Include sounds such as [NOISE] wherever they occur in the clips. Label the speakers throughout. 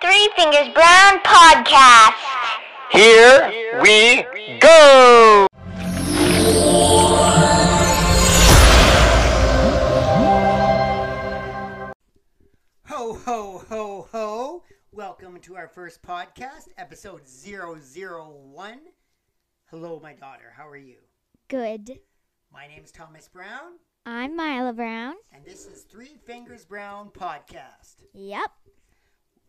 Speaker 1: Three Fingers Brown podcast.
Speaker 2: Here we go!
Speaker 3: Ho, ho, ho, ho. Welcome to our first podcast, episode 001. Hello, my daughter. How are you?
Speaker 4: Good.
Speaker 3: My name's Thomas Brown,
Speaker 4: I'm Mila Brown.
Speaker 3: and this is Three Fingers Brown Podcast.
Speaker 4: Yep.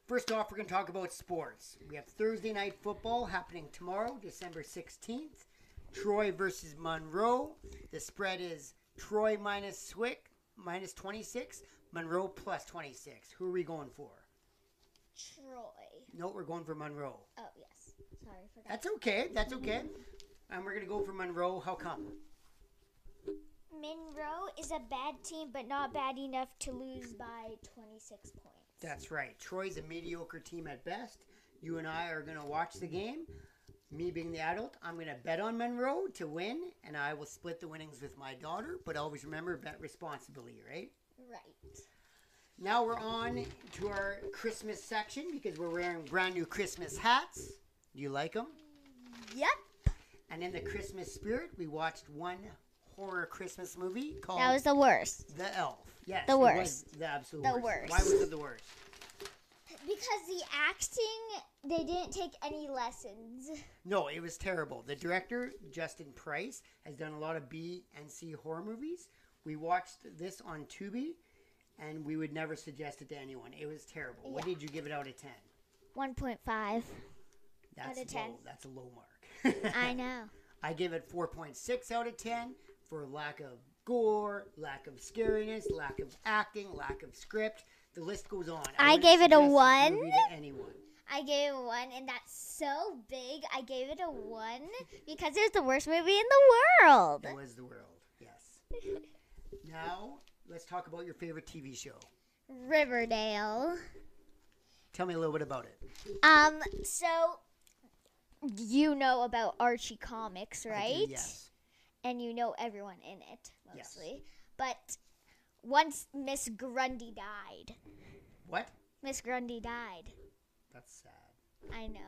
Speaker 3: First off, we're going to talk about sports. We have Thursday night football happening tomorrow, December 16th. Troy versus Monroe. The spread is Troy minus Swick, minus 26, Monroe plus 26. Who are we going for?
Speaker 4: Troy.
Speaker 3: No, we're going for Monroe.
Speaker 4: Oh yes. Sorry, I forgot.
Speaker 3: That's okay. That's okay. And we're gonna go for Monroe. How come?
Speaker 4: Monroe is a bad team, but not bad enough to lose by 26 points.
Speaker 3: That's right. Troy's a mediocre team at best. You and I are gonna watch the game. Me being the adult, I'm gonna bet on Monroe to win, and I will split the winnings with my daughter. But always remember, bet responsibly, right?
Speaker 4: Right.
Speaker 3: Now we're on to our Christmas section because we're wearing brand new Christmas hats. Do you like them?
Speaker 4: Yep.
Speaker 3: And in the Christmas spirit, we watched one horror Christmas movie called
Speaker 4: That was the worst.
Speaker 3: The Elf. Yes.
Speaker 4: The
Speaker 3: it was
Speaker 4: worst.
Speaker 3: The absolute
Speaker 4: The
Speaker 3: worst.
Speaker 4: worst.
Speaker 3: Why was it the worst?
Speaker 4: Because the acting, they didn't take any lessons.
Speaker 3: No, it was terrible. The director, Justin Price, has done a lot of B and C horror movies. We watched this on Tubi, and we would never suggest it to anyone. It was terrible. What did you give it out of 10?
Speaker 4: 1.5.
Speaker 3: That's
Speaker 4: Out of 10.
Speaker 3: low. That's a low mark. [LAUGHS]
Speaker 4: [LAUGHS] I know.
Speaker 3: I give it 4.6 out of 10 for lack of gore, lack of scariness, lack of acting, lack of script. The list goes on.
Speaker 4: I
Speaker 3: wouldn't
Speaker 4: gave it a
Speaker 3: suggest this
Speaker 4: one.
Speaker 3: movie to anyone.
Speaker 4: I gave it a one, and that's so big. I gave it a one because it was the worst movie in the world.
Speaker 3: It was the world. Yes. [LAUGHS] now let's talk about your favorite TV show.
Speaker 4: Riverdale.
Speaker 3: Tell me a little bit about it.
Speaker 4: Um, so you know about Archie Comics,
Speaker 3: I
Speaker 4: right?
Speaker 3: do, yes.
Speaker 4: And you know everyone in it mostly. But once Miss Grundy died.
Speaker 3: What?
Speaker 4: Miss Grundy died.
Speaker 3: That's sad.
Speaker 4: I know.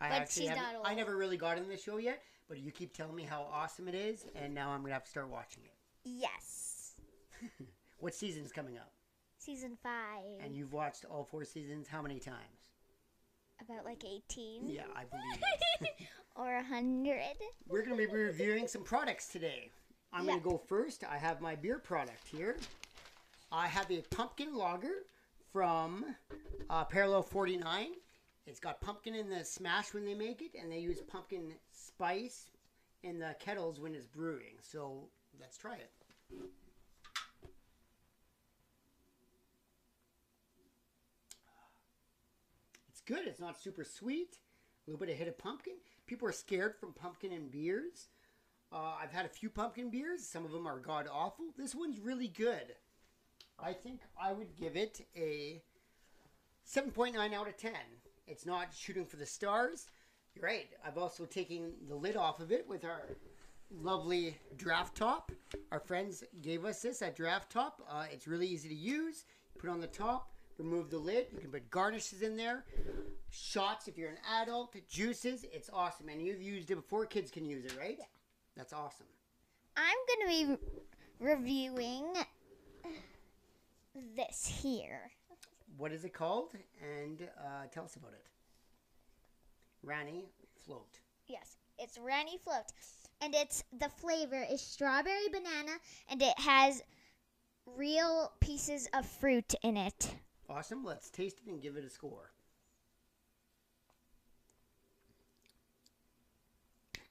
Speaker 3: I
Speaker 4: but
Speaker 3: actually
Speaker 4: she's
Speaker 3: haven't-
Speaker 4: not old.
Speaker 3: I never really got into the show yet, but you keep telling me how awesome it is, and now I'm gonna have to start watching it.
Speaker 4: Yes.
Speaker 3: What season's coming up?
Speaker 4: Season 5.
Speaker 3: And you've watched all four seasons how many times?
Speaker 4: about like 18
Speaker 3: Yeah, I believe. it.
Speaker 4: [LAUGHS] or 100.
Speaker 3: We're gonna be reviewing some products today. I'm gonna
Speaker 4: Yeah.
Speaker 3: go first. I have my beer product here. I have a pumpkin lager from uh, Parallel 49. It's got pumpkin in the smash when they make it, and they use pumpkin spice in the kettles when it's brewing. So let's try it. It's good. It's not super sweet. A little bit of hit of pumpkin. People are scared from pumpkin and beers. Uh, I've had a few pumpkin beers. Some of them are god awful. This one's really good. I think I would give it a 7.9 out of 10. It's not shooting for the stars. You're right. I've also taken the lid off of it with our lovely draft top. Our friends gave us this at draft top. Uh, it's really easy to use. Put on the top, remove the lid. You can put garnishes in there, shots if you're an adult, juices. It's awesome. And you've used it before. Kids can use it, right? That's awesome.
Speaker 4: I'm going to be reviewing this here.
Speaker 3: What is it called? And uh, tell us about it. Rani Float.
Speaker 4: Yes, it's Ranny Float. And it's the flavor is strawberry banana and it has real pieces of fruit in it.
Speaker 3: Awesome. Let's taste it and give it a score.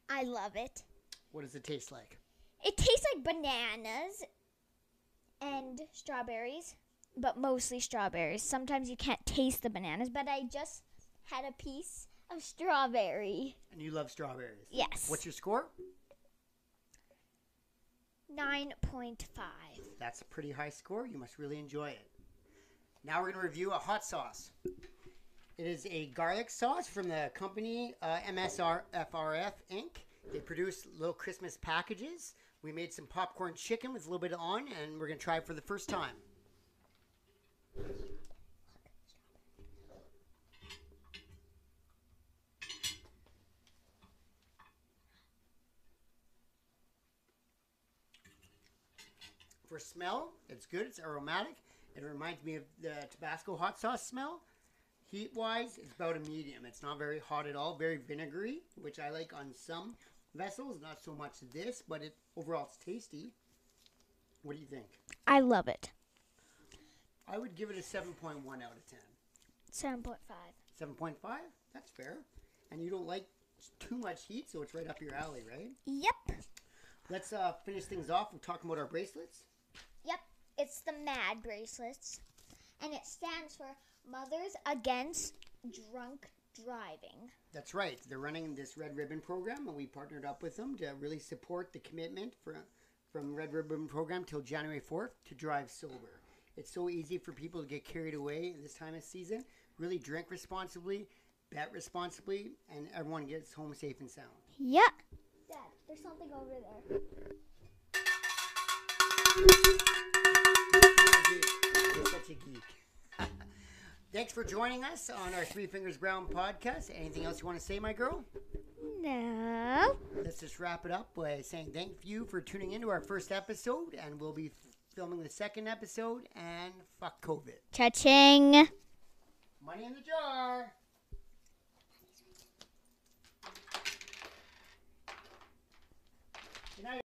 Speaker 4: I love it.
Speaker 3: What does it taste like?
Speaker 4: It tastes like bananas and strawberries, but mostly strawberries. Sometimes you can't taste the bananas, but I just had a piece of strawberry.
Speaker 3: And you love strawberries.
Speaker 4: Yes.
Speaker 3: What's your score?
Speaker 4: 9.5.
Speaker 3: That's a pretty high score. You must really enjoy it. Now we're going to review a hot sauce. It is a garlic sauce from the company uh, MSR FRF Inc. They produce little Christmas packages. We made some popcorn chicken with a little bit on, and we're going to try it for the first time. for smell, it's good. It's aromatic. It reminds me of the Tabasco hot sauce smell. Heat wise, it's about a medium. It's not very hot at all. Very vinegary, which I like on some vessels. Not so much this, but it overall it's tasty. What do you think?
Speaker 4: I love it.
Speaker 3: I would give it a 7.1 out of 10.
Speaker 4: 7.5.
Speaker 3: 7.5? That's fair. And you don't like too much heat, so it's right up your alley, right?
Speaker 4: Yep.
Speaker 3: Let's uh, finish things off with talking about our bracelets.
Speaker 4: Yep. It's the MAD bracelets. And it stands for Mothers Against Drunk Driving.
Speaker 3: That's right. They're running this Red Ribbon program, and we partnered up with them to really support the commitment for, from Red Ribbon program till January 4th to drive sober. It's so easy for people to get carried away this time of season. Really drink responsibly, bet responsibly, and everyone gets home safe and sound.
Speaker 4: Yep. Dad, there's something over there.
Speaker 3: You're such a geek. [LAUGHS] Thanks for joining us on our Three Fingers Brown podcast. Anything else you want to say, my girl?
Speaker 4: No.
Speaker 3: Let's just wrap it up by saying thank you for tuning into our first episode, and we'll be filming the second episode. And fuck COVID.
Speaker 4: Cha-ching.
Speaker 3: Money in the jar. Good night.